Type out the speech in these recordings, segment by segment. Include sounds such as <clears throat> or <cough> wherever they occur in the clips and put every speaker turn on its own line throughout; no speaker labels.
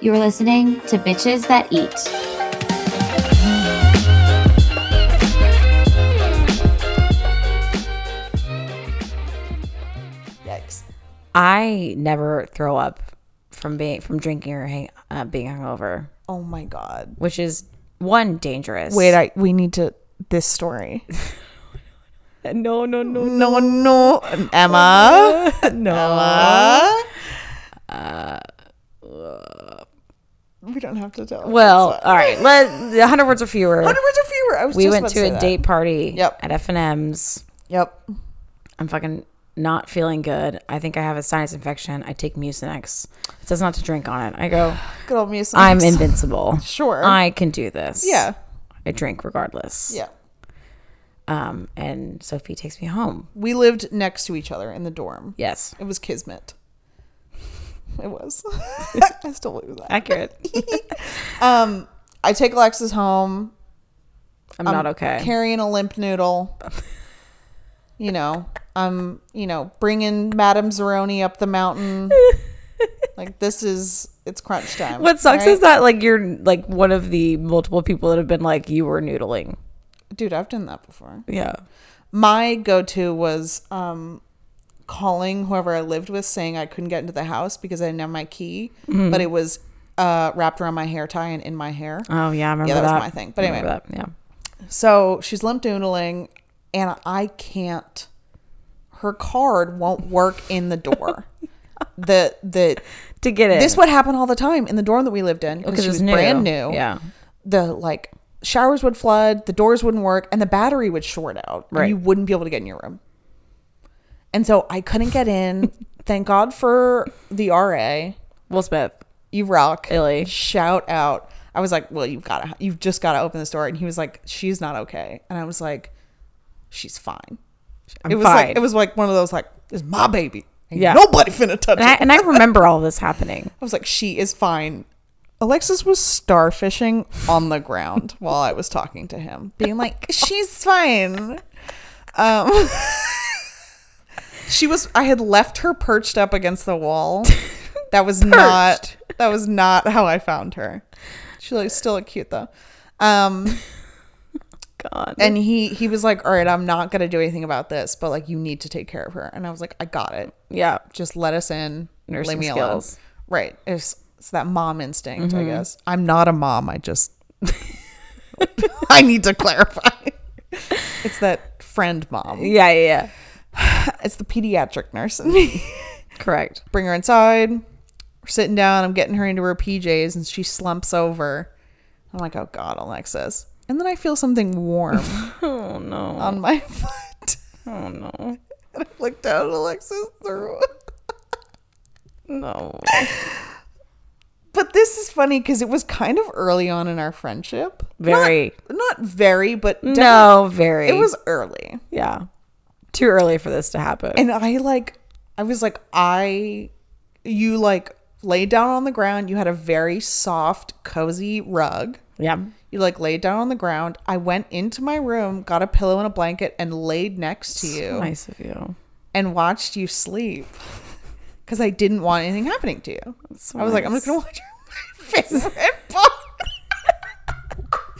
You're listening to Bitches That Eat.
Yikes.
I never throw up from being from drinking or hang, uh, being hungover,
Oh my god.
which is one dangerous.
Wait, I we need to this story.
no, no, <laughs> no,
No, no, Emma.
no.
Emma. Uh, we don't have to tell.
Well, all right. Let the hundred words or fewer.
Hundred words or fewer. I was.
we
just
went
about
to
say
a
that.
date party
Yep.
at F and M's.
Yep.
I'm fucking not feeling good. I think I have a sinus infection. I take Mucinex. It says not to drink on it. I go.
Good old music.
I'm invincible.
Sure.
I can do this.
Yeah.
I drink regardless.
Yeah.
Um, and Sophie takes me home.
We lived next to each other in the dorm.
Yes.
It was kismet. <laughs> It was. <laughs> I still believe that.
Accurate.
Um, I take Alexis home,
I'm, not
Um,
okay.
carrying a limp noodle.
<laughs>
you know, I'm, you know, bringing Madame Zeroni up the
<laughs>
mountain. like this is it's crunch time.
What sucks
right?
is that like you're like one of the multiple people that have been like you were noodling.
dude, I've done that before.
Yeah.
My go-to was um calling whoever I lived with saying I couldn't get into the house because I didn't have my key,
Mm-hmm.
but it was uh wrapped around my hair tie and in my hair.
Oh yeah, I remember
that
that.
was my thing. But
I remember
anyway.
that. yeah.
So she's limp noodling, and I can't. Her card won't work in the
<laughs>
door. the the
To get it.
this would happen all the time in the dorm that we lived in
Oh,
because she was brand new.
Yeah.
The like showers would flood, the doors wouldn't work, and the battery would short out. And
Right.
you wouldn't be able to get in your room. And so I couldn't get
<laughs>
in. Thank God for the RA.
Will Smith.
You rock.
Illy.
Shout out. I was like, well, you've got to, you've just got to open this door. And he was like, she's not okay. And I was like, she's fine.
I'm
it was
fine.
like, it was like one of those like, it's my baby. Ain't
Yeah.
Nobody finna touch it.
and, I, and I remember all
<laughs>
this happening.
I was like, she is fine. Alexis was starfishing on the ground while I was talking to him, being like, she's fine. Um, <laughs> she was, I had left her perched up against the wall. That was not, that was not how I found her. She looks still looked cute though. Um,
God.
and he, he was like, all right, I'm not going to do anything about this, but like, you need to take care of her. And I was like, I got it
yeah.
just let us in,
Nursing
leave me
skills. Mm-hmm.
alone. Right. It's, it's that mom instinct, I guess. I'm not a mom. I just, <laughs> I need to clarify. It's that friend mom.
Yeah, yeah, yeah.
It's the pediatric nurse in me.
Correct.
Bring her inside. We're sitting down. I'm getting her into her PJs and she slumps over. I'm like, oh God, Alexis. And then I feel something warm
<laughs> Oh no.
on my <laughs> foot.
Oh no.
And I look down at Alexis through.
No.
But this is funny because it was kind of early on in our friendship.
Very.
not very, but definitely-
no, very.
it was early.
yeah. Too early for this to happen.
And I like, I was like, I, you like laid down on the ground. You had a very soft, cozy rug.
yeah.
You like laid down on the ground. I went into my room, got a pillow and a blanket, and laid next to you
Nice of you.
and watched you sleep because I didn't want anything happening to you.
so
I was like, I'm just gonna watch your favorite book.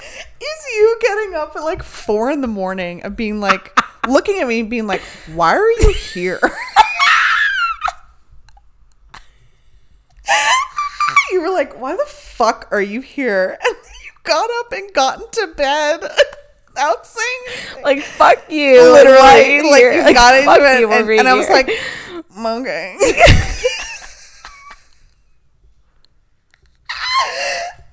Is you getting up at like four in the morning and being like, looking at me and being like, why are you here? <laughs> you were like, why the fuck are you here? And then you got up and got into bed <laughs> without saying anything.
Like fuck you.
literally, like,
You're-
you got
fuck
into it.
you, we're
and,
being
and I was
here.
like, okay. <laughs>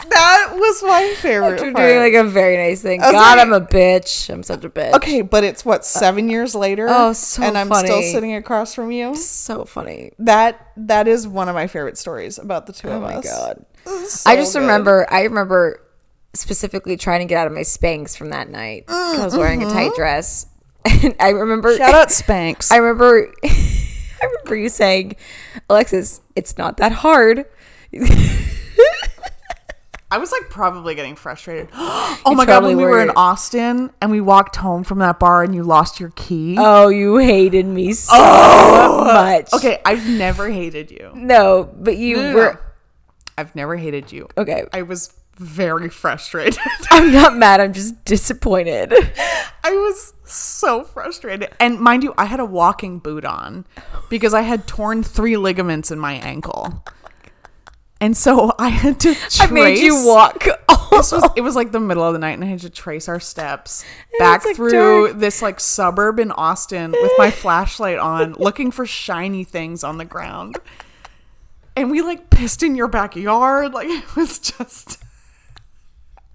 that was my favorite
You're
part.
doing like a very nice thing.
was
God,
like-
I'm a bitch. I'm such a bitch.
okay, but it's what, seven years later?
Oh, so
And I'm still
funny.
sitting across from you?
So funny.
That That is one of my favorite stories about the two
Oh
of
my
us. <laughs>
god.
So
I just
good.
remember I remember specifically trying to get out of my spanks from that night. 'cause I was wearing a tight dress. <laughs> And I remember
Shout
<laughs>
out Spanx.
I remember <laughs> I remember you saying, Alexis, it's not that hard.
I was like probably getting frustrated. <gasps> oh my god,
totally
when we were in
were.
Austin and we walked home from that bar and you lost your key.
Oh, you hated me so much.
okay, I've never hated you.
Oh! No, but you
no, no.
were
I've never hated you.
Okay.
I was very frustrated. <laughs>
I'm not mad. I'm just disappointed.
I was so frustrated. And mind you, I had a walking boot on because I had torn three ligaments in my ankle. And so I had to trace.
<laughs> I made you walk. all-
This
<laughs>
was, it was like the middle of the night, and I had to trace our steps back
like,
through
dark.
this like suburb in Austin with my flashlight
<laughs>
on, looking for shiny things on the ground. And we like pissed in your backyard. Like <laughs> it was just.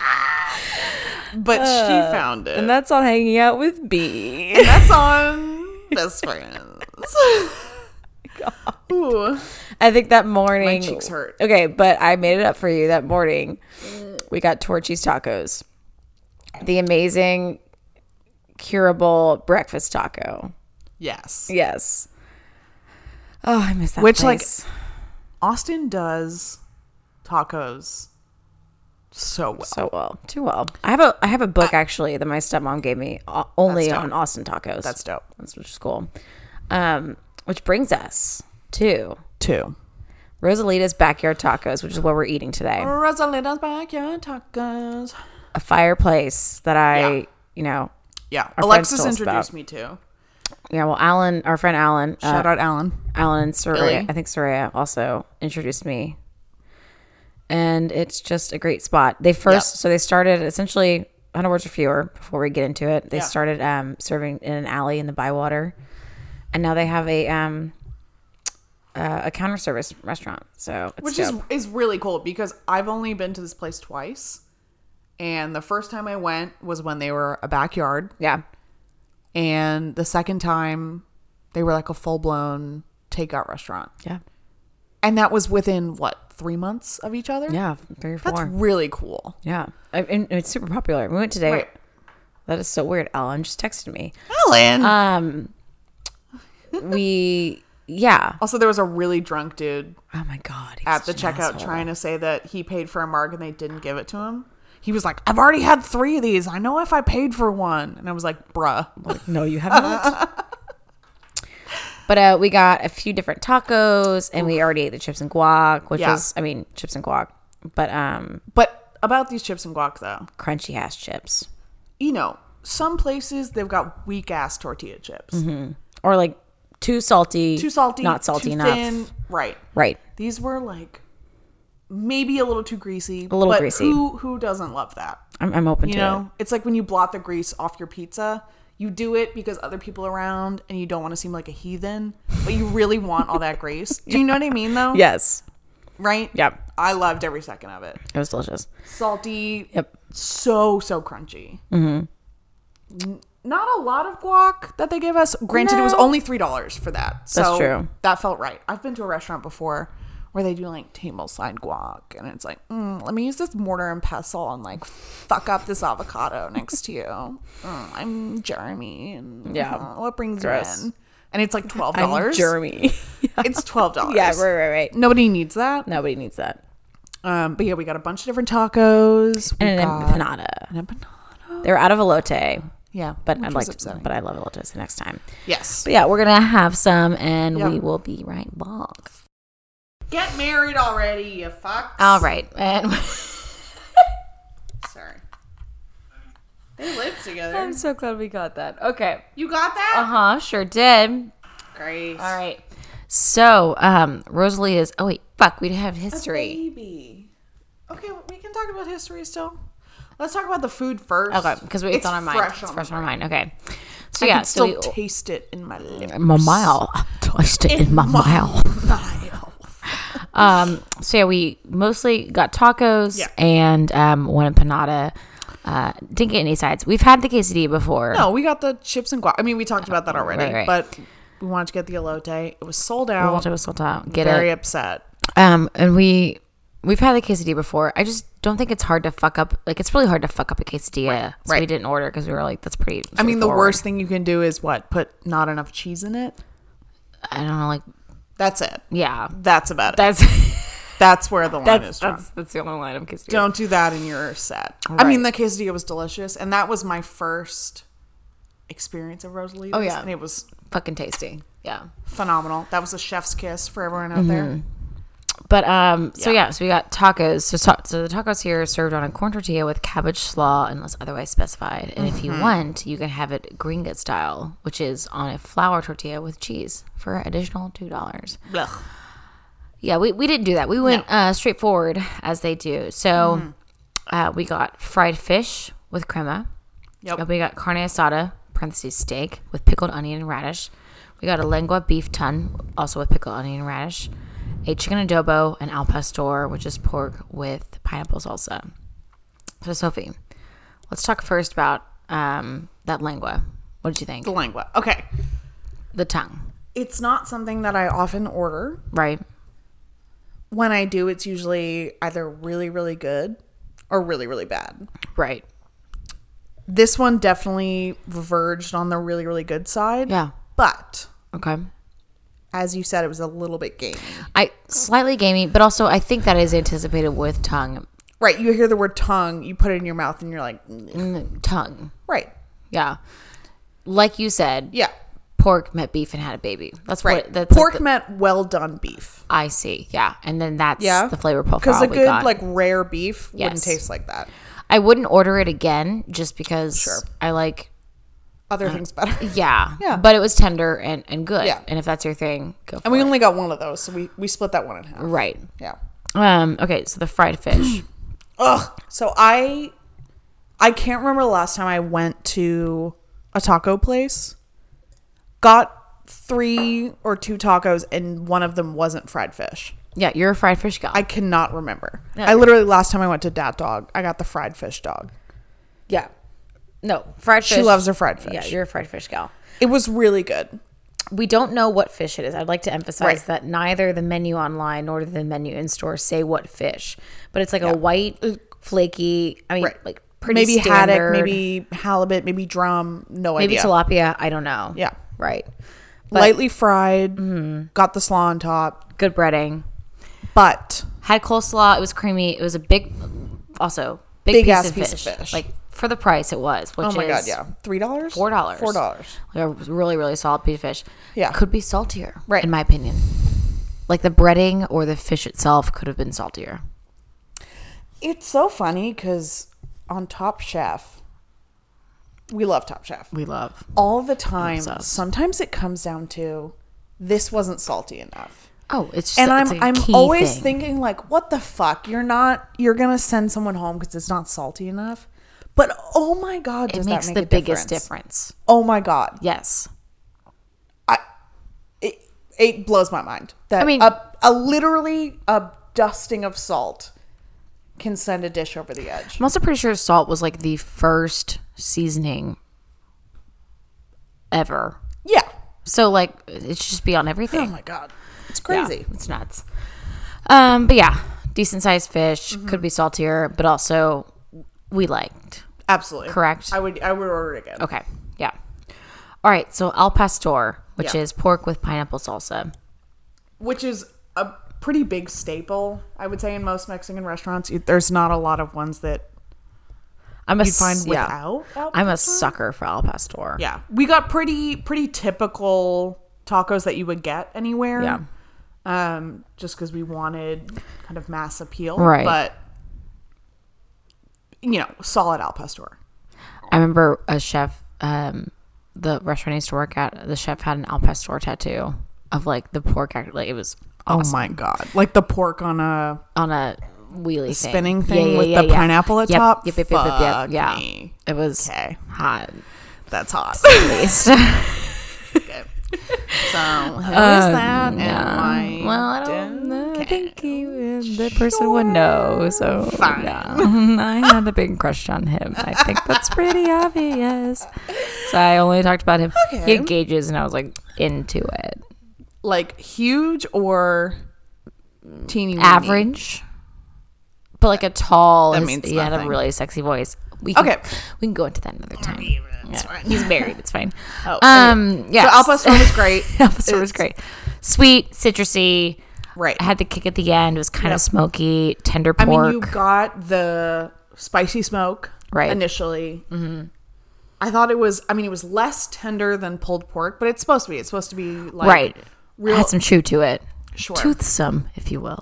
<laughs> but she found it.
Uh, and that's on hanging out with B.
<laughs> That's on Best Friends.
<laughs>
Ooh.
I think that morning.
cheeks hurt. Mm.
Okay, but I made it up for you that morning. We got Torchy's tacos, the amazing curable breakfast taco.
Yes.
Yes. Oh, I miss that.
Which, like,
place.
Austin does tacos so well.
so well, too well. I have a I have a book actually that my stepmom gave me o- only on Austin tacos.
That's dope.
That's which is cool. Um, which brings us to
Two.
Rosalita's backyard tacos, which is what we're eating today.
Rosalinda's backyard tacos.
A fireplace that I,
Yeah.
you know,
Yeah.
friend
Alexis
told us
introduced
about.
me to.
Yeah, well, Alan, our friend Alan, uh,
Shout out Alan.
Alan and Soraya,
Billy.
I think Soraya also introduced me. And it's just a great spot. They first, so they started essentially 100 words or fewer before we get into it. They
Yeah.
started um, serving in an alley in the Bywater. And now they have a um, uh, a counter service restaurant. So it's
Which
dope.
is is really cool because I've only been to this place twice. And the first time I went was when they were a backyard.
yeah.
And the second time they were like a full blown takeout restaurant.
Yeah.
and that was within what three months of each other
Yeah. Three or four.
that's really cool
yeah. I, and it's super popular. We went today.
Right.
That is so weird. Alan just texted me.
alan
Um, we, yeah.
also there was a really drunk dude
Oh my god! he's
at the
such an
checkout
asshole.
trying to say that he paid for a marg and they didn't give it to him he was like i've already had three of these i know if i paid for one and i was like bruh
Like, no, you have not. <laughs> but uh, we got a few different tacos, and we already ate the chips and guac, which
Yeah.
was, I mean, chips and guac, but um,
but about these chips and guac though
crunchy ass chips
you know some places they've got weak ass tortilla chips
or like too salty,
too salty
Mm-hmm. not salty
too
enough,
thin. right
right?
these were like maybe a little too greasy a
little greasy.
who who doesn't love that
I'm, I'm open
You
to
know, it's like when you blot the grease off your pizza, you do it because other people are around and you don't want to seem like a heathen, but you really want all that grease. Do you know what I mean though?
it. Yes,
Right?
Yep.
I loved every second of it.
it was delicious.
Salty.
Yep.
So, so crunchy. Mm-hmm. Not a lot of guac that they gave us. Granted, it was
No.
only $3 for that. So
true.
That felt right. I've been to a restaurant before where they do like tableside guac and it's like, mm, let me use this mortar and pestle and like fuck up this avocado next to you.
<laughs>
Mm, I'm Jeremy. And,
Yeah.
uh, what brings
Gross.
you in? And it's like $12.
<laughs> I'm <laughs> Jeremy.
It's $12.
yeah, right, right, right.
Nobody needs that.
Nobody needs that.
Um, but yeah, we got a bunch of different tacos. We
And an
got
empanada.
an empanada.
They're out of elote,
Yeah,
but
which
I'd
was
like, to,
upsetting.
but I love elotes the next time.
yes.
But yeah, we're gonna have some, and
Yeah.
we will be right back.
Get married already, you fucks.
All right,
<laughs>
and
Sorry. They live together.
I'm so glad we got that. Okay,
you got
uh
that?
huh, sure did.
Great.
Oh. All right, so um, Rosalie is. Oh wait, fuck, we have history.
Baby. Okay, we can talk about history still. Let's talk about the food first.
Okay, because it's, on our mind.
Fresh
it's
on
fresh
my
on our mind. Okay, so
I
yeah,
can
so
still
we, Uh,
taste it in my lips.
my <laughs> mouth, touched it
<laughs>
in my mouth. Um, so yeah, we mostly got tacos
Yeah.
and um, one empanada. Uh, didn't get any sides. We've had the quesadilla before.
No, Oh, we got the chips and guac. I mean, we talked about that already,
right, right.
but we wanted to get the elote. It was sold
I
out.
want to sold out. Get it.
Very upset.
Um, and we we've had a quesadilla before. I just don't think it's hard to fuck up. Like it's really hard to fuck up a quesadilla. uh, So we
right.
didn't order because we were like, that's pretty.
I mean, the
straightforward.
worst thing you can do is what? Put not enough cheese in it?
I don't know. Like
That's it.
yeah,
That's about it.
that's
That's where the line is
<laughs> that's
drawn.
that's, that's the only line of quesadilla.
Don't do that in your set. I mean, the quesadilla was delicious, and that was my first experience of Rosalita's.
Oh, yeah.
and it was
Fucking tasty. Yeah. Mm-hmm.
phenomenal. That was a chef's kiss for everyone out there.
But um, so yeah, so we got tacos. So, ta- so the tacos here are served on a corn tortilla with cabbage slaw, unless otherwise specified. And if you
Mm-hmm.
want, you can have it gringa style, which is on a flour tortilla with cheese for additional two dollars. Yeah, we, we didn't do that. We went uh, straightforward as they do. So uh, we got fried fish with crema.
Yep.
And We got carne asada, parentheses steak, with pickled onion and radish. We got a lengua beef ton, also with pickled onion and radish. A chicken adobo and al pastor, which is pork with pineapple salsa. So, Sophie, let's talk first about um, that lengua. What did you think?
The lengua. Okay.
The tongue,
It's not something that I often order.
right?
When I do, it's usually either really, really good or really, really bad.
Right.
This one definitely verged on the really, really good side.
Yeah.
But
Okay.
as you said, it was a little bit gamey.
I slightly gamey, but also I think that is anticipated with tongue.
Right. You hear the word tongue, you put it in your mouth, and you're like, "Mm."
Mm, Tongue.
right.
Yeah. Like you said,
Yeah.
pork met beef and had a baby. That's
Right.
what that's
Pork
like the-
meant well done beef.
I see. Yeah. And then that's
Yeah.
the flavor profile.
Because a
we
good,
Oh, got.
like, rare beef wouldn't
Yes.
taste like that.
I wouldn't order it again just because I like
Other
Mm.
things better.
<laughs> yeah.
Yeah.
But it was tender and, and good.
Yeah.
And if that's your thing, go for
And we
it.
only got one of those, so we, we split that one in half.
Right.
Yeah.
Um, okay, so the
<clears throat>
fried fish.
Ugh. So I I can't remember the last time I went to a taco place. Got three or two tacos and one of them wasn't fried fish.
yeah, you're a fried fish guy.
I cannot remember.
Yeah.
I literally last time I went to Dat Dog, I got the fried fish dog.
yeah. No, fried
She
fish.
loves her fried
Yeah,
fish.
you're a fried fish gal.
It was really good.
We don't know what fish it is. I'd like to emphasize
Right.
that neither the menu online nor the menu in store say what fish, but it's like a white, flaky. I mean,
Uh, Right.
like pretty
maybe
standard,
haddock, maybe halibut, maybe drum, no
maybe
idea.
tilapia. I don't know.
Yeah.
right. But Mm-hmm.
Lightly fried, got the slaw on top,
good breading.
but
Had coleslaw. It was creamy. It was a big, also big,
Big
piece,
ass
of,
piece of
fish.
fish.
Like for the price, it was. Which
oh my
is
god, yeah, three dollars,
four dollars.
four dollars.
Like a really really solid piece of fish.
Yeah.
could be saltier.
Right.
in my opinion. Like the breading or the fish itself could have been saltier.
It's so funny because on Top Chef, we love Top Chef
We love.
all the time.
Obsessed.
Sometimes it comes down to this wasn't salty enough,
Oh, it's just,
and
it's
I'm
like a
I'm
key
always
thing.
thinking like, what the fuck? You're not you're gonna send someone home because it's not salty enough. But oh my god, does
it makes
that
the
make a
biggest
difference?
difference.
Oh my god,
Yes.
I it it blows my mind that
I mean-
a, a literally a dusting of salt can send a dish over the edge.
I'm also pretty sure salt was like the first seasoning ever.
Yeah.
So like it should just be on everything.
Oh my god, it's
Yeah,
Oh, crazy.
it's nuts. Um, but yeah, decent sized fish
Mm-hmm.
could be saltier, but also we liked.
Absolutely
Correct.
I would I would order it again.
Okay. Yeah. All right. So al pastor, which
Yeah.
is pork with pineapple salsa.
which is a pretty big staple, I would say, in most Mexican restaurants. You- There's not a lot of ones that
I'm a
you'd find
s- yeah.
without. al
I'm a
pastor.
sucker for al pastor.
yeah. We got pretty pretty typical tacos that you would get anywhere.
Yeah.
Um, just because we wanted kind of mass appeal,
Right.
But you know, solid al pastor.
I remember a chef, um, the restaurant I used to work at, the chef had an Al Pastor tattoo of like the pork act. Like it was
Oh my god! Like the pork on a
on a wheelie thing.
spinning thing with the pineapple at
Yep,
top?
Yep, yep, yep, yep, yep.
Fuck
Yeah.
me.
It was
Okay. <laughs>
hot. <laughs>
that's hot.
Uh, Based.
So who is that? and why
well, I
did-
don't know. I think he, was- the person would know. So
Fine.
yeah. <laughs> I had a big crush on him. I think that's pretty obvious. So I only talked about him. He
Okay.
had gauges, and I was like into it.
like huge or teeny weeny?
average, but like a tall. That
means
he had
nothing.
a really sexy voice. We can,
Okay.
we can go into that another time.
It's
Yeah,
fine.
He's married. It's fine.
<laughs> Oh,
um, yeah.
So Al
<laughs>
Pastor was great.
Al Pastor was
It's-
great. Sweet, citrusy.
Right.
I had the kick at the end. It was kind
Yep.
of smoky, tender
I
pork.
mean, you got the spicy smoke
Right. Mm-hmm.
initially. I thought it was. I mean, it was less tender than pulled pork, but it's supposed to be. It's supposed to be like
right.
real-
had some chew to it.
Sure.
Toothsome, if you will.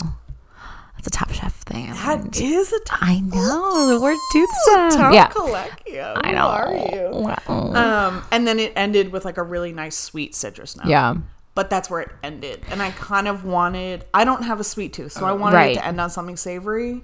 That's a Top Chef thing. I learned.
That is a top
I know the word toothsome. Yeah,
Colecchio. Who
I know.
are you?
Wow.
Um, and then it ended with like a really nice sweet citrus note.
yeah.
But that's where it ended. And I kind of wanted I don't have a sweet tooth, so I wanted
Uh, Right.
it to end on something savory.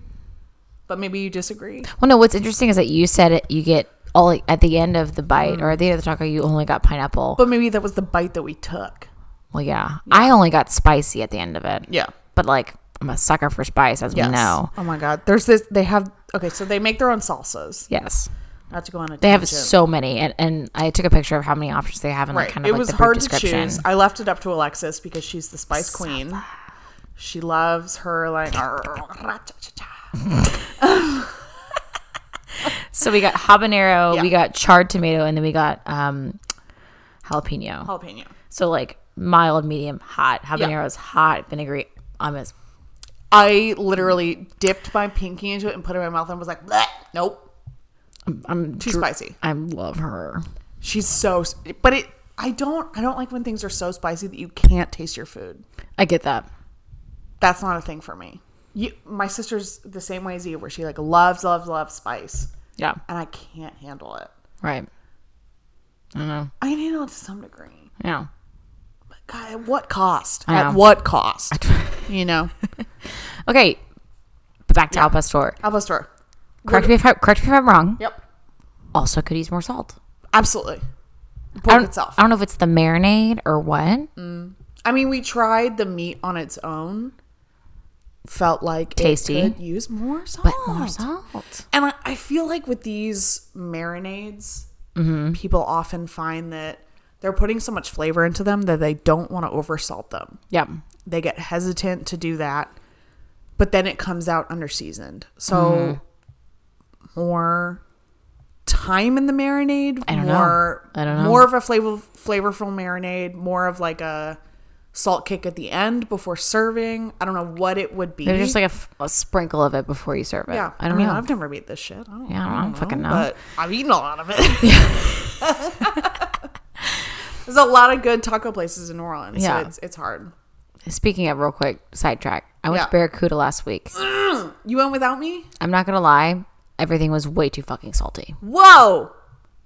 But maybe you disagree.
Well, no. What's interesting is that you said it. You get all at the end of the bite or at the end of the taco. You only got pineapple.
Mm. But maybe that was the bite that we took.
well, yeah. I only got spicy at the end of it.
Yeah.
But like, I'm a sucker for spice, as
Yes.
we know.
Oh my god. There's this they have okay, so they make their own salsas.
Yes.
Not to go on a
They have
tangent.
so many, and, and I took a picture of how many options they have, and like
Right.
kind of
it
like
was
the brief
hard to
description.
choose. I left it up to Alexis because she's the spice queen. She loves her like <laughs>
So we got habanero,
Yeah.
we got charred tomato, and then we got um, jalapeno.
jalapeno.
So like mild, medium, hot. Habanero is hot, vinegary. Um, is
I literally dipped my pinky into it and put it in my mouth and was like, "Bleh, nope,
I'm
too spicy.
I love her.
She's so, s- but it. I don't. I don't like when things are so spicy that you can't taste your food.
I get that.
That's not a thing for me. You, my sister's the same way as you, where she like loves, loves, loves spice,
Yeah.
and I can't handle it.
Right.
I can handle it to some degree.
Yeah.
But God, at what cost?
I
At
know.
what cost? you
<laughs>
know,
Okay. But back to al pastor.
I'll store.
Correct me if I, correct me if I'm wrong.
Yep,
Also, could use more salt.
absolutely.
I
Pork
don't,
itself.
I don't know if it's the marinade or what.
Mm. I mean, we tried the meat on its own. Felt like
Tasty.
It could use more salt.
But more salt.
And I, I feel like with these marinades,
Mm-hmm.
people often find that they're putting so much flavor into them that they don't want to oversalt them.
Yeah.
They get hesitant to do that, but then it comes out under seasoned. So more time in the marinade.
Mm-hmm. I don't know.
more,
I don't know.
More of a flavor, flavorful marinade. More of like a salt kick at the end before serving. I don't know what it would be.
There's just like a, f- a sprinkle of it before you serve it.
yeah,
I don't
mean,
know.
I've never made this shit. I don't
yeah, I don't, I don't fucking know.
but I've eaten a lot of it. <laughs>
<laughs>
There's a lot of good taco places in New Orleans,
Yeah.
so it's, it's hard.
Speaking of real quick, sidetrack. I went
Yeah.
to Barracuda last week.
You went without me?
I'm not gonna lie, everything was way too fucking salty.
Whoa!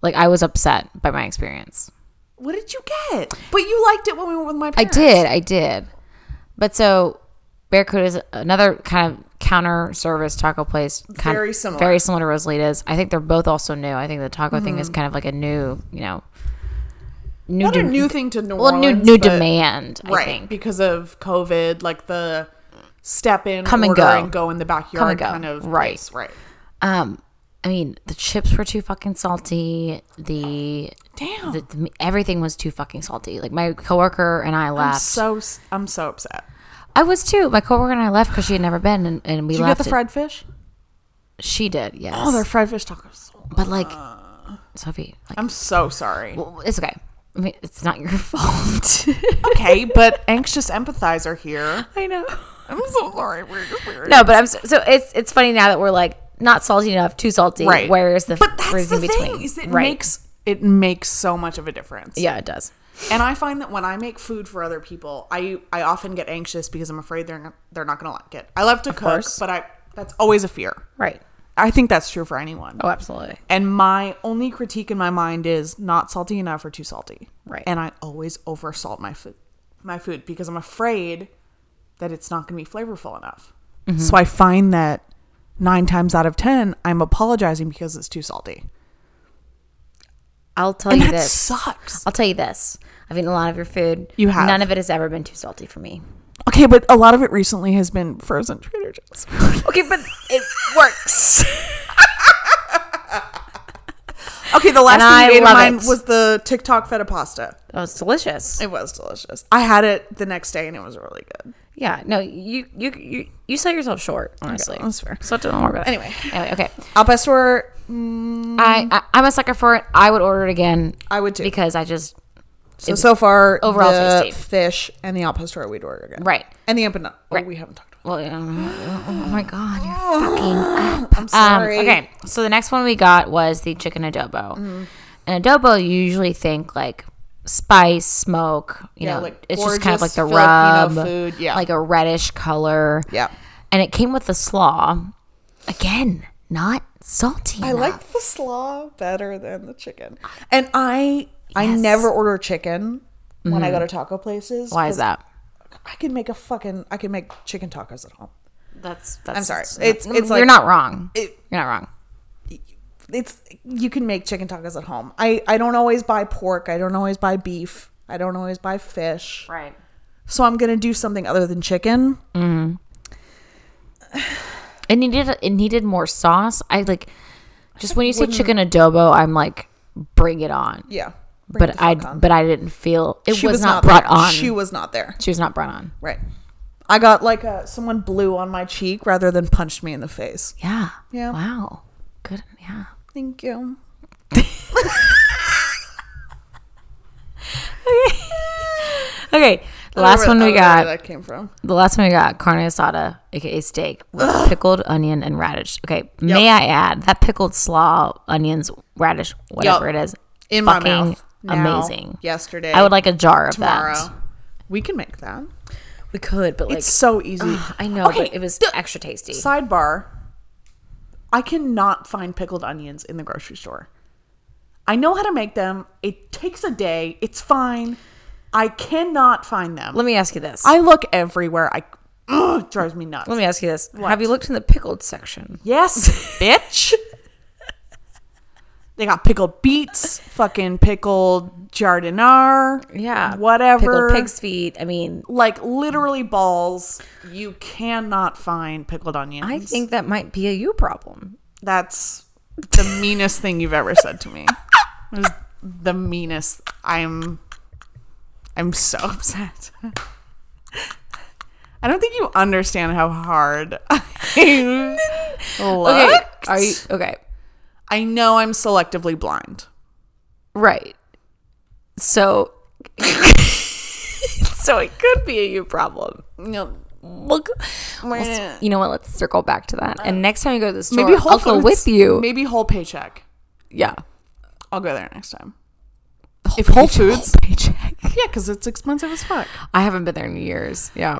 Like I was upset by my experience.
What did you get? But you liked it when we went with my
I
parents.
did, I did. But so Barracuda is another kind of counter service taco place. Kind
Very similar.
Very similar to Rosalita's. I think they're both also new. I think the taco thing is kind of like a new, you know,
Mm-hmm.
new,
Not a
dem-
new thing to New
well,
Orleans.
new new
but-
demand. I
Right,
think.
because of COVID, like the step in,
Come and
order
go.
and go in the backyard
go.
kind of
Right.
place, right.
Um, I mean, the chips were too fucking salty. The
Damn.
the, the- everything was too fucking salty. Like my coworker and I
I'm
left.
so s- I'm so upset.
I was too. My coworker and I left because she had never been, and, and we
Did you
left.
get the fried fish?
She did, yes.
Oh, they're fried fish tacos.
but like, Sophie, like,
I'm so sorry.
well, <laughs> it's okay. I mean, it's not your <laughs> fault.
okay, but anxious empathizer here.
<laughs> I know.
I'm so sorry for your experience.
No, but I'm so, so it's it's funny now that we're like not salty enough, too salty.
right.
Where is the
but that's
where's in
the
between?
thing is it
right.
makes it makes so much of a difference.
yeah, it does.
and I find that when I make food for other people, I I often get anxious because I'm afraid they're not, they're not going to like it. I love to cook,
course.
but I that's always a fear.
Right.
I think that's true for anyone.
Oh, absolutely.
And my only critique in my mind is not salty enough or too salty.
Right.
And I always oversalt my food, my food because I'm afraid that it's not going to be flavorful enough. So I find that nine times out of ten, I'm apologizing because it's too salty.
I'll tell
And
you
that
this.
sucks.
I'll tell you this. I've eaten a lot of your food.
You have.
None of it has ever been too salty for me.
Okay, but a lot of it recently has been frozen Trader Joe's.
Okay, but it works. <laughs>
okay, the last
And I
thing you ate of
love
mine
it.
was the TikTok feta pasta.
Oh, it's delicious.
It was delicious. I had it the next day and it was really good.
Yeah. No, you you you, you sell yourself short, honestly.
that's fair.
So don't worry about it.
Anyway.
Anyway, okay.
Al pastor,
I, I I'm a sucker for it. I would order it again.
I would too.
because I just
So so far,
overall
the
tasty.
fish and the al pastor we'd order again,
Right.
And the empanada.
Right.
Oh, we haven't talked about.
well. yeah. Oh
<gasps>
my god, you're
Oh, I'm sorry.
Um, okay, so the next one we got was the chicken adobo.
Mm-hmm.
And adobo, you usually think like spice, smoke. You
Yeah,
know,
like
it's just kind of like
gorgeous
the
Filipino
rub,
food, yeah.
like a reddish color.
Yeah.
and it came with a slaw. Again, not salty.
I
enough.
like the slaw better than the chicken. And I I never order chicken when I go to taco places.
Mm-hmm. Why is
'cause
that?
I can make a fucking I can make chicken tacos at home.
That's, that's
I'm sorry. It's- it's
you're
like-
not wrong.
It-
you're not wrong.
It's you can make chicken tacos at home. I I don't always buy pork. I don't always buy beef. I don't always buy fish.
Right.
So I'm gonna do something other than chicken.
It needed it needed more sauce. I like just when you say chicken adobo, I'm like, bring it on.
Yeah. Bring it
but
the fuck
I
on.
but I didn't feel it was, not, brought
there.
on.
She
She,
was not there.
was not brought on.
Right. I got like a someone blew on my cheek rather than punched me in the face.
Yeah.
Yeah.
Wow. Good. Yeah.
Thank you.
<laughs> Okay. The last
I don't
one
know
we
where- I don't know
got.
where that came from.
The last one we got. Carne asada, aka steak, with pickled onion and radish. Okay. May I add that pickled slaw, onions, radish, whatever it is,
In my
fucking
mouth. now,
amazing.
yesterday.
I would like a jar of
tomorrow.
that.
We can make that.
We could, but like
It's so easy.
I know,
Okay,
but it was
the-
extra tasty.
Sidebar. I cannot find pickled onions in the grocery store. I know how to make them. It takes a day. It's fine. I cannot find them.
Let me ask you this.
I look everywhere. I ugh, it drives me nuts.
Let me ask you this. Have you looked in the pickled section?
Yes, bitch. <laughs> they got pickled beets, fucking pickled jardinar.
Yeah.
Whatever.
Pickled pig's feet. I mean,
Like literally balls. You cannot find pickled onions.
I think that might be a you problem.
that's the meanest thing you've ever said <laughs> to me. It was the meanest. I'm I'm so <laughs> upset. I don't think you understand how hard <laughs> I
Okay.
looked.
Are you okay?
I know I'm selectively blind.
Right. So <laughs> So it could be a you problem.
No,
Look, we'll s- you know what? Let's circle back to that. And next time you go to the store,
maybe whole
I'll go
foods,
with you.
Maybe whole paycheck.
yeah.
I'll go there next time. if Whole Foods,
<laughs> Paycheck.
yeah, because it's expensive as fuck.
I haven't been there in years. Yeah.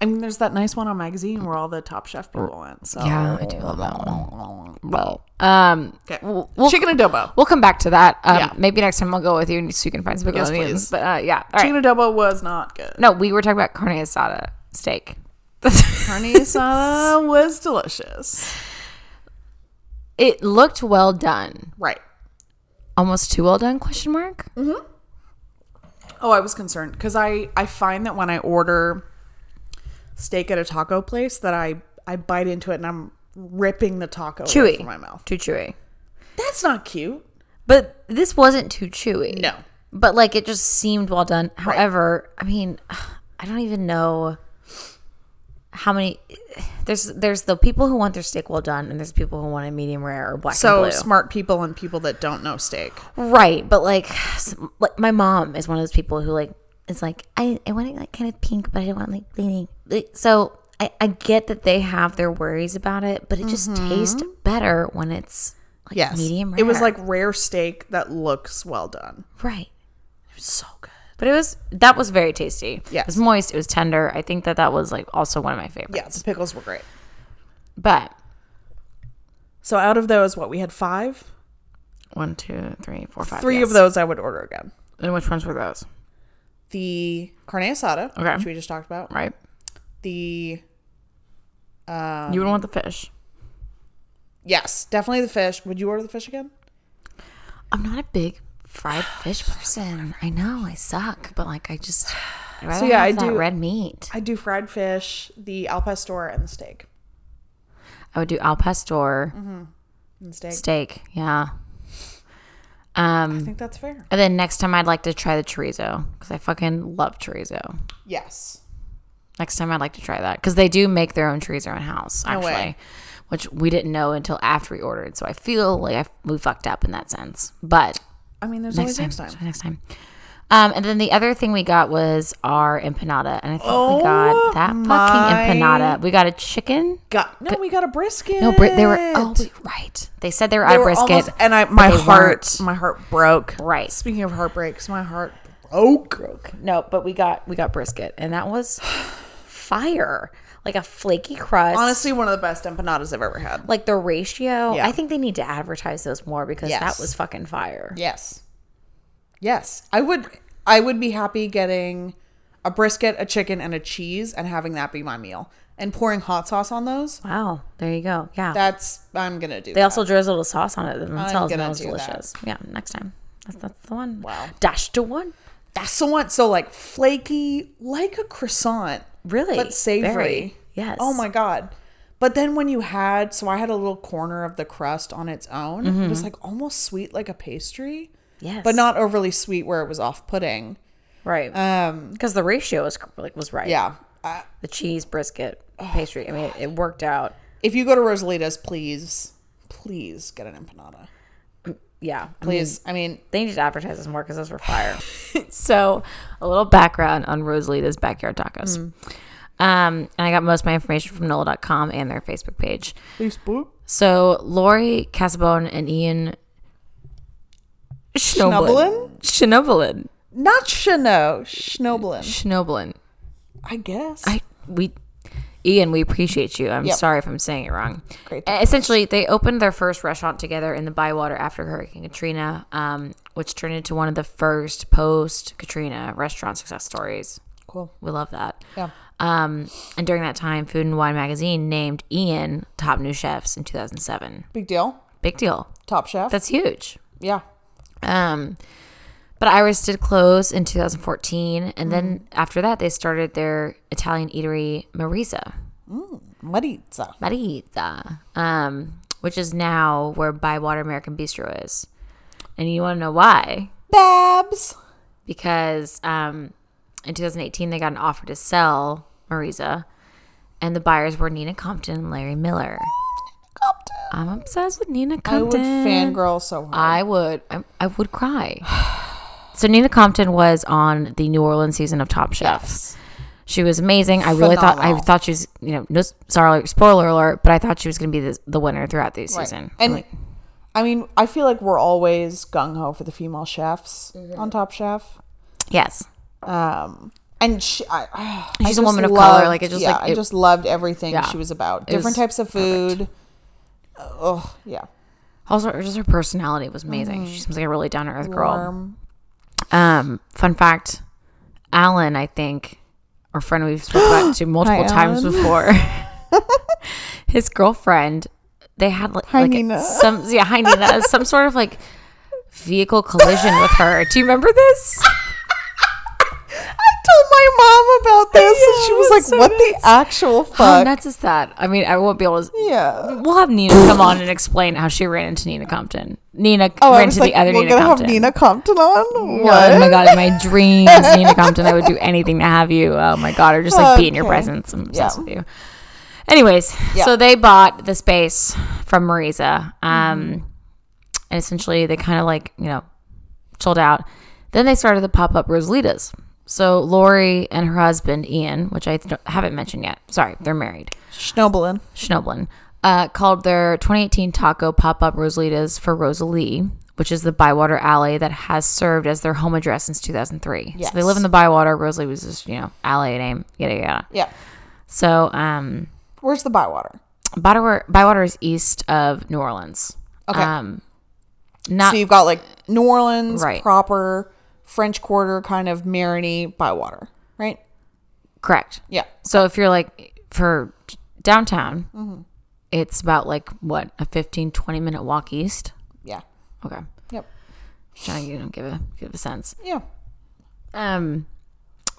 I mean, there's that nice one on Magazine where all the Top Chef people went. So
Yeah, I do love that one. Well, um,
Okay.
we'll, we'll,
chicken adobo.
we'll come back to that. Um,
Yeah.
Maybe next time I'll go with you so you can find some pickled
Yes,
onions.
please.
But uh, yeah, all right.
Chicken adobo was not good.
No, we were talking about carne asada steak. <laughs>
Carne <laughs> asada was delicious.
it looked well done,
Right.
almost too well done? Question mark.
Mm-hmm. Oh, I was concerned because I I find that when I order steak at a taco place that I I bite into it and I'm ripping the taco away
Chewy.
from my mouth.
Too chewy.
That's not cute.
But this wasn't too chewy.
No.
But like it just seemed well done. However, I mean, I don't even know how many. There's there's the people who want their steak well done, and there's people who want it medium rare or black
So
and blue.
smart people and people that don't know steak.
Right, but like, <sighs> s- like my mom is one of those people who like is like I I want it like kind of pink, but I don't want like bleeding. Like, So I I get that they have their worries about it, but it just
Mm-hmm.
tastes better when it's like
Yes.
medium rare.
It was like rare steak that looks well done.
right,
So good.
but it was that was very tasty.
Yes.
it was moist. It was tender. I think that that was like also one of my favorites.
Yeah, the pickles were great.
but
So out of those, what we had five,
one, two, three, four, five.
three of
yes.
those I would order again.
And which ones were those?
The carne asada,
Okay.
which we just talked about.
Right,
The Um,
you would want the fish.
yes, definitely the fish. Would you order the fish again?
I'm not a big
<sighs>
fried fish person. I know I suck, but like I just I'd rather
yeah,
have
I
that
do-
red meat.
I do fried fish, the al pastor, and the steak.
I would do al pastor
Mm-hmm. And steak.
steak. Yeah.
I
Um,
think that's fair.
and then next time I'd like to try the chorizo because I fucking love chorizo.
Yes.
Next time I'd like to try that because they do make their own chorizo in house
No
actually,
way.
which we didn't know until after we ordered. So I feel like I, we fucked up in that sense, but
I mean, there's always
next time,
next time.
try next time. Um, and then the other thing we got was our empanada, and I thought we
Oh
got that fucking
my-
empanada. We got a chicken.
Got no, we got a brisket.
No, bri- they were. Oh, we- right. They said they were out
They
of
were
brisket,
almost- and I,
but
my
they
heart,
weren't.
my heart broke.
Right.
Speaking of heartbreaks, my heart broke.
No, but we got we got brisket, and that was
<sighs> fire. Like a flaky crust.
Honestly, one of the best empanadas I've ever had.
Like the ratio.
Yeah.
I think they need to advertise those more because
Yes.
that was fucking fire.
Yes. Yes. I would I would be happy getting a brisket, a chicken, and a cheese and having that be my meal. And pouring hot sauce on those.
Wow. There you go. Yeah.
That's I'm gonna do
They
that.
also drizzled a sauce on it themselves, and
gonna
that was
do that.
delicious. Yeah, next time. That's, that's the one.
Wow.
Dash to one.
That's the one. So like flaky, like a croissant.
Really?
But savory.
Very. Yes.
Oh my god. But then when you had so I had a little corner of the crust on its own. It was like almost sweet like a pastry.
Mm-hmm. Yes.
But not overly sweet where it was off putting.
right.
uh,
Um
Because the ratio was cr- like was right.
yeah. Uh, I,
The cheese, brisket, pastry. I mean, it, it worked out.
if you go to Rosalita's, please, please get an empanada.
Yeah. I mean,
Please. I mean,
they need to advertise this more because those were fire.
<laughs> So, a little background on Rosalita's Backyard Tacos.
Mm.
Um, and I got most of my information from NOLA.com and their Facebook page.
Facebook.
So, Lori Casabone and Ian Schnoblin. Schnoblin.
Not Chino, Schnoblin.
Schnoblin.
I guess.
I we Ian, we appreciate you. I'm
Yep.
sorry if I'm saying it wrong.
Great
Uh, Essentially, they opened their first restaurant together in the Bywater after Hurricane Katrina, um, which turned into one of the first post Katrina restaurant success stories.
cool.
We love that.
Yeah.
Um, and during that time, Food and Wine magazine named Ian top new chefs in 2007.
Big deal.
Big deal.
Top Chef.
That's huge.
yeah.
Um, but Iris did close in 2014, and
Mm.
then after that, they started their Italian eatery Marisa.
Maritza.
Marita, um, which is now where Bywater American Bistro is. And you want to know why?
Babs.
Because um, in 2018, they got an offer to sell Marisa, and the buyers were Nina Compton and Larry Miller.
Compton.
I'm obsessed with Nina
I would
Compton.
fangirl so hard.
I would. I, I would cry. <sighs> so Nina Compton was on the New Orleans season of Top Chef. She was amazing. I really thought I
Phenomenal.
thought she was, you know, no sorry, spoiler alert, but I thought she was going to be the, the winner throughout the season.
And I mean, I feel like we're always gung ho for the female chefs
Mm-hmm.
on Top Chef.
Yes.
Um, and she, I, <sighs> ah, I
She's a
just
woman of color,
loved-
like, it just,
yeah,
like,
I
it-
just loved everything
Yeah.
she was about.
It was
Different types of food. Oh yeah,
Also, just her personality was amazing. She seems like a really down to earth girl.
warm.
Mm-hmm. Um, fun fact Alan, I think, our friend we've spoken <gasps> about to multiple times <laughs> before, his girlfriend, they had like, like
Nina.
some, yeah, hi, <laughs> Nina, some sort of like vehicle collision with her. Do you remember this?
I told my mom about this, and she was Oh, like, "What the actual
How
fuck?"
nuts is that? I mean, I won't be able to.
yeah.
We'll have Nina come on and explain how she ran into Nina Compton. Nina
Oh, I
ran
was
into
like,
the other
"We're
Nina
gonna
Compton.
have Nina Compton on."
Oh my
What?
god, in my dreams,
<laughs>
Nina Compton, I would do anything to have you. Oh my god, or just like be in your
Okay.
presence. I'm obsessed with you. Anyways, so they bought the space from Marisa, um,
Mm-hmm.
and essentially they kind of like you know chilled out. Then they started the pop up Rosalitas. So Lori and her husband Ian, which I th- haven't mentioned yet. Sorry, they're married.
Schnoblin.
Schnoblin, uh, called their 2018 taco pop up Rosalita's for Rosalie, which is the Bywater Alley that has served as their home address since 2003. So they
Yes.
live in the Bywater. Rosalie was just, you know, alley name, yada, yada.
Yeah.
So um,
Where's the Bywater?
Bywater, Bywater is east of New Orleans.
Okay.
Um, not
so you've got like New Orleans
Right.
proper, French Quarter kind of Marigny Bywater, right?
correct.
Yeah.
So if you're like for downtown,
Mm-hmm.
it's about like what, a 15, 20 minute walk east?
Yeah.
Okay.
Yep.
Trying to you know, give a give a sense.
Yeah.
Um,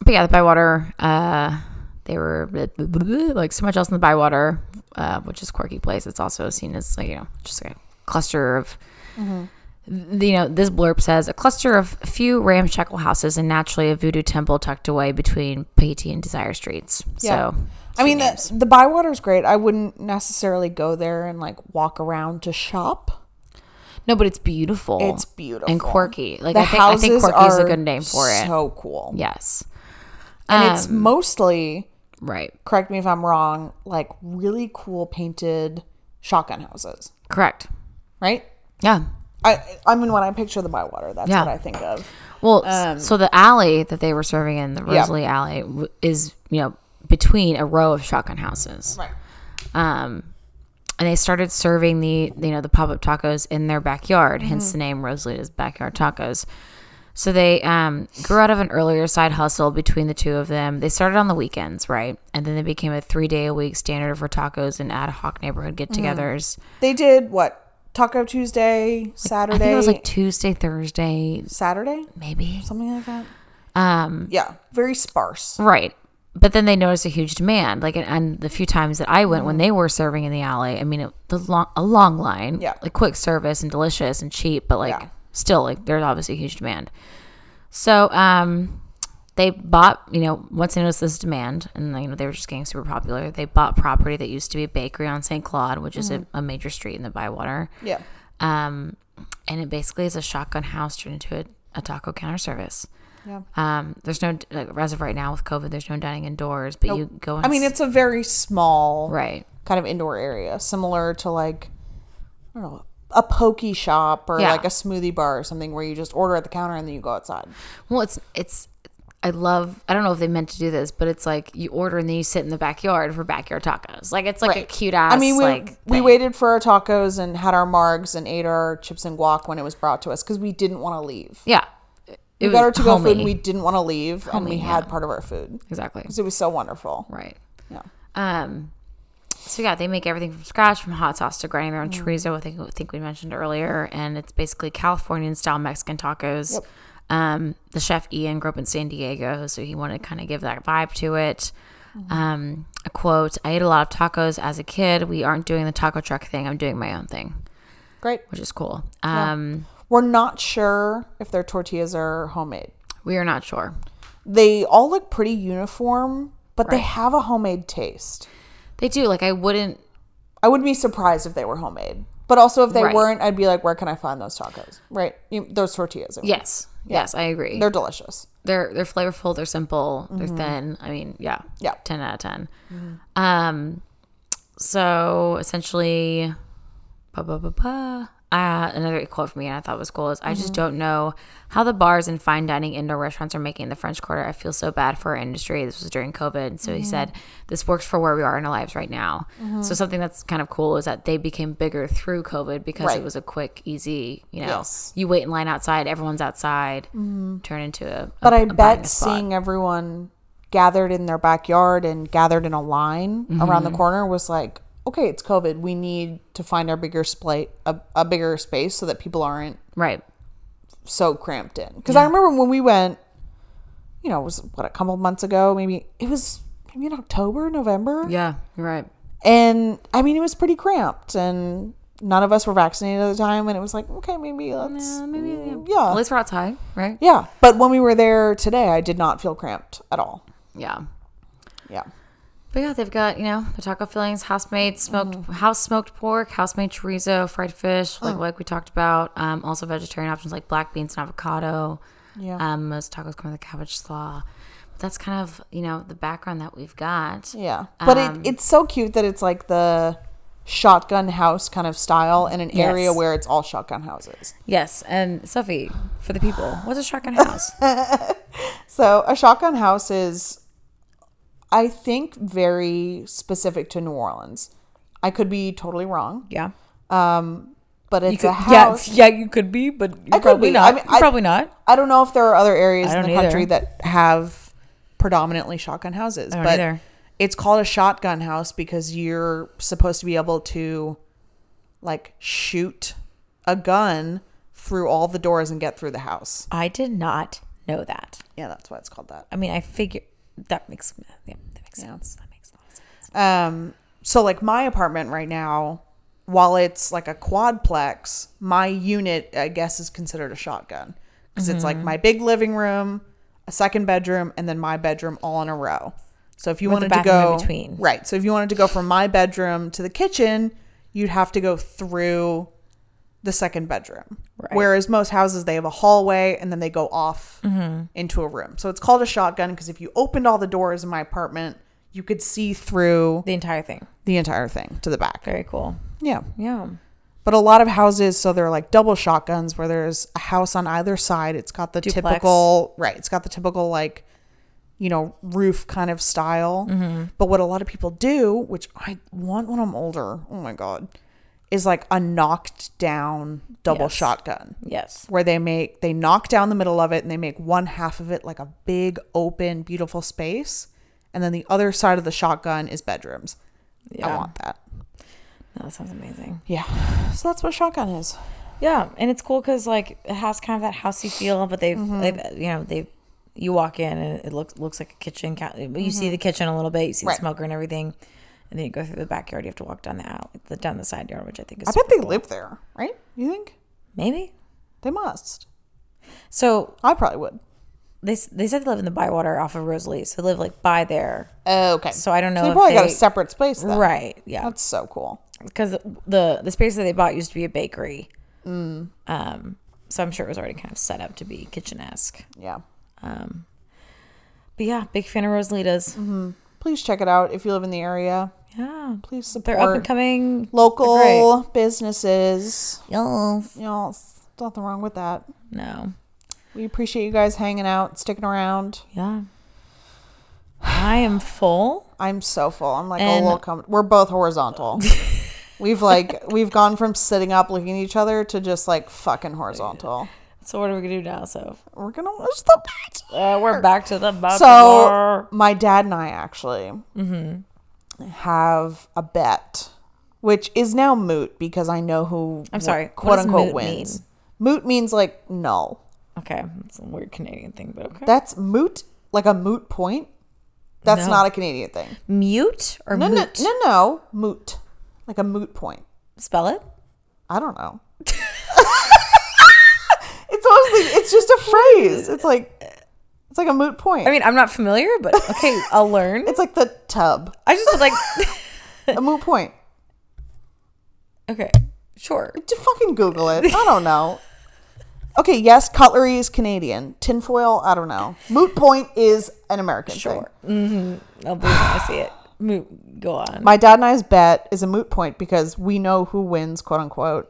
but yeah, the Bywater. Uh, they were like so much else in the Bywater, uh, which is a quirky place. It's also seen as like you know just like a cluster of.
Mm-hmm.
th- You know, this blurb says a cluster of few ramshackle houses and naturally a voodoo temple tucked away between Paiti and Desire Streets.
Yeah.
So,
I mean, the, the Bywater's great. I wouldn't necessarily go there and like walk around to shop.
no, but it's beautiful.
It's beautiful.
and quirky. Like I think, I think
houses
quirky is a
are
good name for it. Um,
So cool.
yes,
And it's mostly,
right,
correct me if I'm wrong, like really cool painted shotgun houses,
correct.
right?
Yeah,
I I mean, when I picture the Bywater, that's
Yeah.
what I think of.
Well, s- so the alley that they were serving in, the
Yeah.
Rosalie Alley, w- is you know between a row of shotgun houses.
Right.
Um, and they started serving the you know the pop up tacos in their backyard, hence the name Rosalita's Backyard Tacos. So they um, grew out of an earlier side hustle between the two of them. They started on the weekends, right, and then they became a three day a week standard for tacos and ad hoc neighborhood get-togethers.
They did what? Taco Tuesday, Saturday,
I think it was like Tuesday, Thursday,
Saturday,
maybe.
something like that. Um, yeah, very sparse.
Right. But then they noticed a huge demand. Like, and, and the few times that I went when
Mm-hmm.
they were serving in the alley, I mean, it, the long, a long line,
Yeah.
like quick service and delicious and cheap, but like
Yeah.
still, like there's obviously a huge demand. So, um, they bought, you know, once they noticed this demand and, you know, they were just getting super popular, they bought property that used to be a bakery on St. Claude, which is
Mm-hmm.
a, a major street in the Bywater.
Yeah,
Um, and it basically is a shotgun house turned into a, a taco counter service.
Yeah.
Um, there's no like, as of right now with COVID, there's no dining indoors, but you go. And
I mean
s-
it's a very small
right.
kind of indoor area, similar to like I don't know a pokey shop or
Yeah.
like a smoothie bar or something where you just order at the counter and then you go outside.
Well, it's it's. I love. I don't know if they meant to do this, but it's like you order and then you sit in the backyard for backyard tacos. Like it's like a
Right.
cute ass.
I mean, we,
like
we
thing.
waited for our tacos and had our margs and ate our chips and guac when it was brought to us because we didn't want to leave.
Yeah.
We
It was
got our to go food
homey.
and we didn't want to leave, and we had part of our food
exactly
because it was so wonderful.
right.
Yeah.
Um, so yeah, they make everything from scratch, from hot sauce to grinding their own chorizo. I think I think we mentioned earlier, and it's basically Californian style Mexican tacos. Um, the chef Ian grew up in San Diego, so he wanted to kind of give that vibe to it. Um, a quote: "I ate a lot of tacos as a kid. We aren't doing the taco truck thing. I'm doing my own thing,
Great.
which is cool." Um,
We're not sure if their tortillas are homemade.
We are not sure.
They all look pretty uniform, but they have a homemade taste.
They do like I wouldn't
I wouldn't be surprised if they were homemade. But also, if they
Right.
weren't, I'd be like, where can I find those tacos? Right? You, those tortillas. I mean.
Yes. Yes, I agree. They're
They're delicious.
they're, flavorful, they're simple, they're thin. I mean, yeah.
Mm-hmm. Yeah. Mm-hmm.
10 out of 10. Um so essentially ba ba ba ba. Uh, another quote from me and I thought was cool is I
Mm-hmm.
just don't know how the bars and fine dining indoor restaurants are making the French Quarter. I feel so bad for our industry. This was during COVID. So he said,
Mm-hmm.
This works for where we are in our lives right now. So something that's kind of cool is that they became bigger through COVID because
Right.
it was a quick, easy, you know,
Yes. Mm-hmm.
you wait in line outside, everyone's outside, turn into a, a-
But I
a buying
bet
spot.
seeing everyone gathered in their backyard and gathered in a line around the
Mm-hmm.
corner was like, okay, it's COVID. We need to find our bigger split, a, a bigger space so that people aren't
right.
so cramped in. Because I remember when we went, you know, it was what a couple months ago, maybe it was maybe in October, November.
Yeah, you're right.
And I mean, it was pretty cramped, and none of us were vaccinated at the time. And it was like, okay, maybe let's, maybe, yeah.
At least we're outside, right?
yeah. But when we were there today, I did not feel cramped at all.
Yeah.
Yeah.
But yeah, they've got you know the taco fillings, house made smoked house smoked pork, house made chorizo, fried fish, like like we talked about. Um, also vegetarian options like black beans and avocado.
Yeah.
Um, most tacos come with a cabbage slaw. But that's kind of you know the background that we've got.
Yeah. But it, it's so cute that it's like the shotgun house kind of style in an area
Yes.
where it's all shotgun houses.
Yes, and Sophie, for the people, what's a shotgun house?
So a shotgun house is, I think, very specific to New Orleans. I could be totally wrong, Um,
Yeah.
but it's
You could, <laughs>
a
yeah,
house.
yeah, you could be, but you're
could
probably
be.
not.
I mean,
You're
I-
probably not.
I don't know if there are other areas
I
in the
don't either.
country that have predominantly shotgun houses,
don't
but
either.
it's called a shotgun house because you're supposed to be able to like shoot a gun through all the doors and get through the house.
I did not know that.
Yeah, that's why it's called that.
I mean, I figure that makes yeah, that makes sense. That makes a lot of sense.
Um, so like my apartment right now, while it's like a quadplex, my unit I guess is considered a shotgun because it's
Mm-hmm.
like my big living room, a second bedroom, and then my bedroom all in a row. So if you
a
wanted to
bathroom
go
in between.
right, so if you wanted to go from my bedroom to the kitchen, you'd have to go through the second bedroom.
Right.
Whereas most houses they have a hallway and then they go off
Mm-hmm.
into a room. So it's called a shotgun because if you opened all the doors in my apartment, you could see through
The entire thing.
the entire thing to the back.
Very cool.
Yeah.
Yeah.
But a lot of houses, so they're like double shotguns where there's a house on either side. It's got the
Duplex.
typical, right? It's got the typical, like, you know, roof kind of style.
Mm-hmm.
But what a lot of people do, which I want when I'm older, oh my God, is like a knocked down double
Yes.
shotgun
Yes.
where they make they knock down the middle of it and they make one half of it like a big open beautiful space and then the other side of the shotgun is bedrooms i
Yeah.
want that
No, that sounds amazing.
yeah so that's what a shotgun is
Yeah, and it's cool because like it has kind of that housey feel, but they've, they've you know they you walk in and it looks looks like a kitchen. ca- You see the kitchen a little bit, you see
Right.
the smoker and everything, and then you go through the backyard. You have to walk down the alley, the, down the side yard, which I think is
i bet
super
they
cool.
live there right you think
maybe.
they must
So
i probably would
they s- they said they live in the Bywater off of Rosalie, so they live like by there.
Oh, okay
So I don't know
they
if
probably got a
they-
separate space then.
Right? Yeah.
that's so cool
because the the space that they bought used to be a bakery. Um, so I'm sure it was already kind of set up to be kitchen esque.
yeah
But yeah, big fan of Rosalita's.
please check it out if you live in the area
Yeah,
please support
they're up and coming.
local businesses
Yes.
you know it's nothing wrong with that
No.
we appreciate you guys hanging out sticking around
Yeah. I am full.
I'm so full. I'm like
And-
a little com- We're both
<laughs>
horizontal. we've like we've gone from sitting up looking at each other to just like fucking horizontal.
So what are we gonna do now? So
We're gonna watch the bachelor.
uh, we're back to the bachelor.
So my dad and I actually
Mm-hmm.
have a bet, which is now moot because I know who.
I'm sorry, what
quote
does
unquote
moot
wins. Moot means like null.
okay, it's a weird Canadian thing, but okay.
That's moot, like a moot point. That's
No.
not a Canadian thing.
mute or
No,
moot?
no, no, no, moot, like a moot point.
Spell it.
I don't know. <laughs> it's honestly, it's just a phrase. It's like, it's like a moot point.
I mean, I'm not familiar, but okay, I'll
<laughs>
learn.
it's like the tub,
I just like <laughs>
a moot point.
okay, sure.
Just fucking Google it. I don't know. Okay, yes, cutlery is Canadian. Tinfoil, I don't know. Moot point is an American thing.
Sure. Mm-hmm. I'll believe it when I see it. Moot. Go on.
My dad and I's bet is a moot point because we know who wins, quote unquote.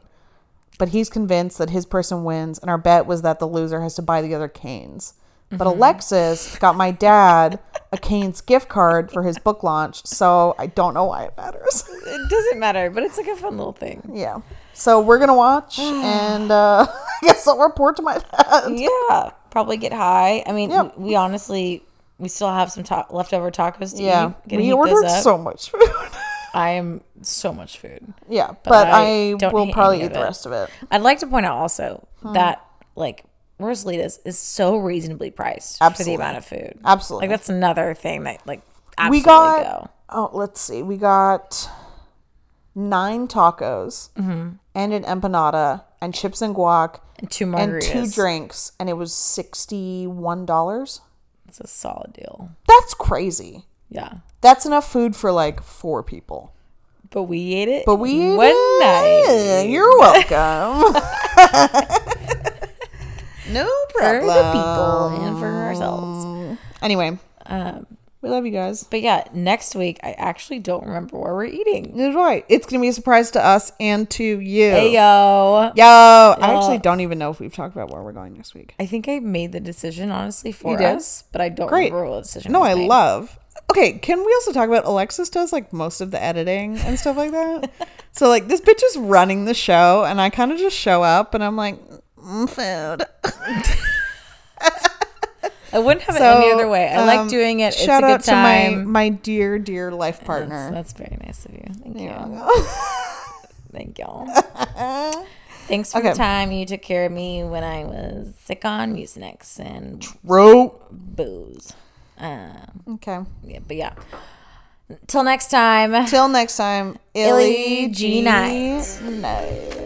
But he's convinced that his person wins, and our bet was that the loser has to buy the other canes. But
Mm-hmm.
Alexis got my dad a Canes gift card for his book launch, so I don't know why it matters. <laughs>
It doesn't matter, but it's like a fun little thing.
yeah. So we're gonna
<sighs>
watch, and uh, <laughs> I guess I'll report to my dad.
Yeah, probably get high. I mean,
Yep.
we, we honestly we still have some ta- leftover tacos to
Yeah,
eat. Gonna
we
heat
ordered
those up.
so much food. <laughs>
I am so much food.
yeah, but, I,
I don't
will
hate
probably
any
eat
of
the
it.
rest of it.
I'd like to point out also
Hmm.
that like Rosalita's is so reasonably priced
Absolutely.
for the amount of food.
Absolutely.
Like that's another thing that like absolutely
we got
go.
oh let's see we got nine tacos
Mm-hmm.
and an empanada and chips and guac
And two
and
margaritas.
two drinks and it was $61
It's a solid deal.
that's crazy
Yeah.
that's enough food for like four people
But we ate it.
but we ate
one
it.
night.
you're welcome <laughs> no
for
problem
the people and for ourselves.
anyway we love you guys
But yeah, next week I actually don't remember where we're eating.
You're right it's gonna be a surprise to us and to you
Ayo.
Yo, I actually don't even know if we've talked about where we're going next week.
I think I made the decision honestly for
did?
us, but I don't
Great.
remember what decision.
No,
was
I
made.
love. Okay, can we also talk about Alexis does like most of the editing and stuff like
<laughs>
that? so like this bitch is running the show, and I kind of just show up, and I'm like, mm, food.
I wouldn't have
So,
it any other way. I
um,
like doing it. It's a
Shout
good
out to my
time.
my dear dear life partner.
That's, that's very nice of you. Thank you. <laughs> Thank y'all.
<laughs>
Thanks for the
Okay.
time you took care of me when I was sick on Mucinex and
Rope.
booze. Um,
Okay.
yeah, but yeah. Till next time.
Till next time,
Illy G
Night.
night.
Night.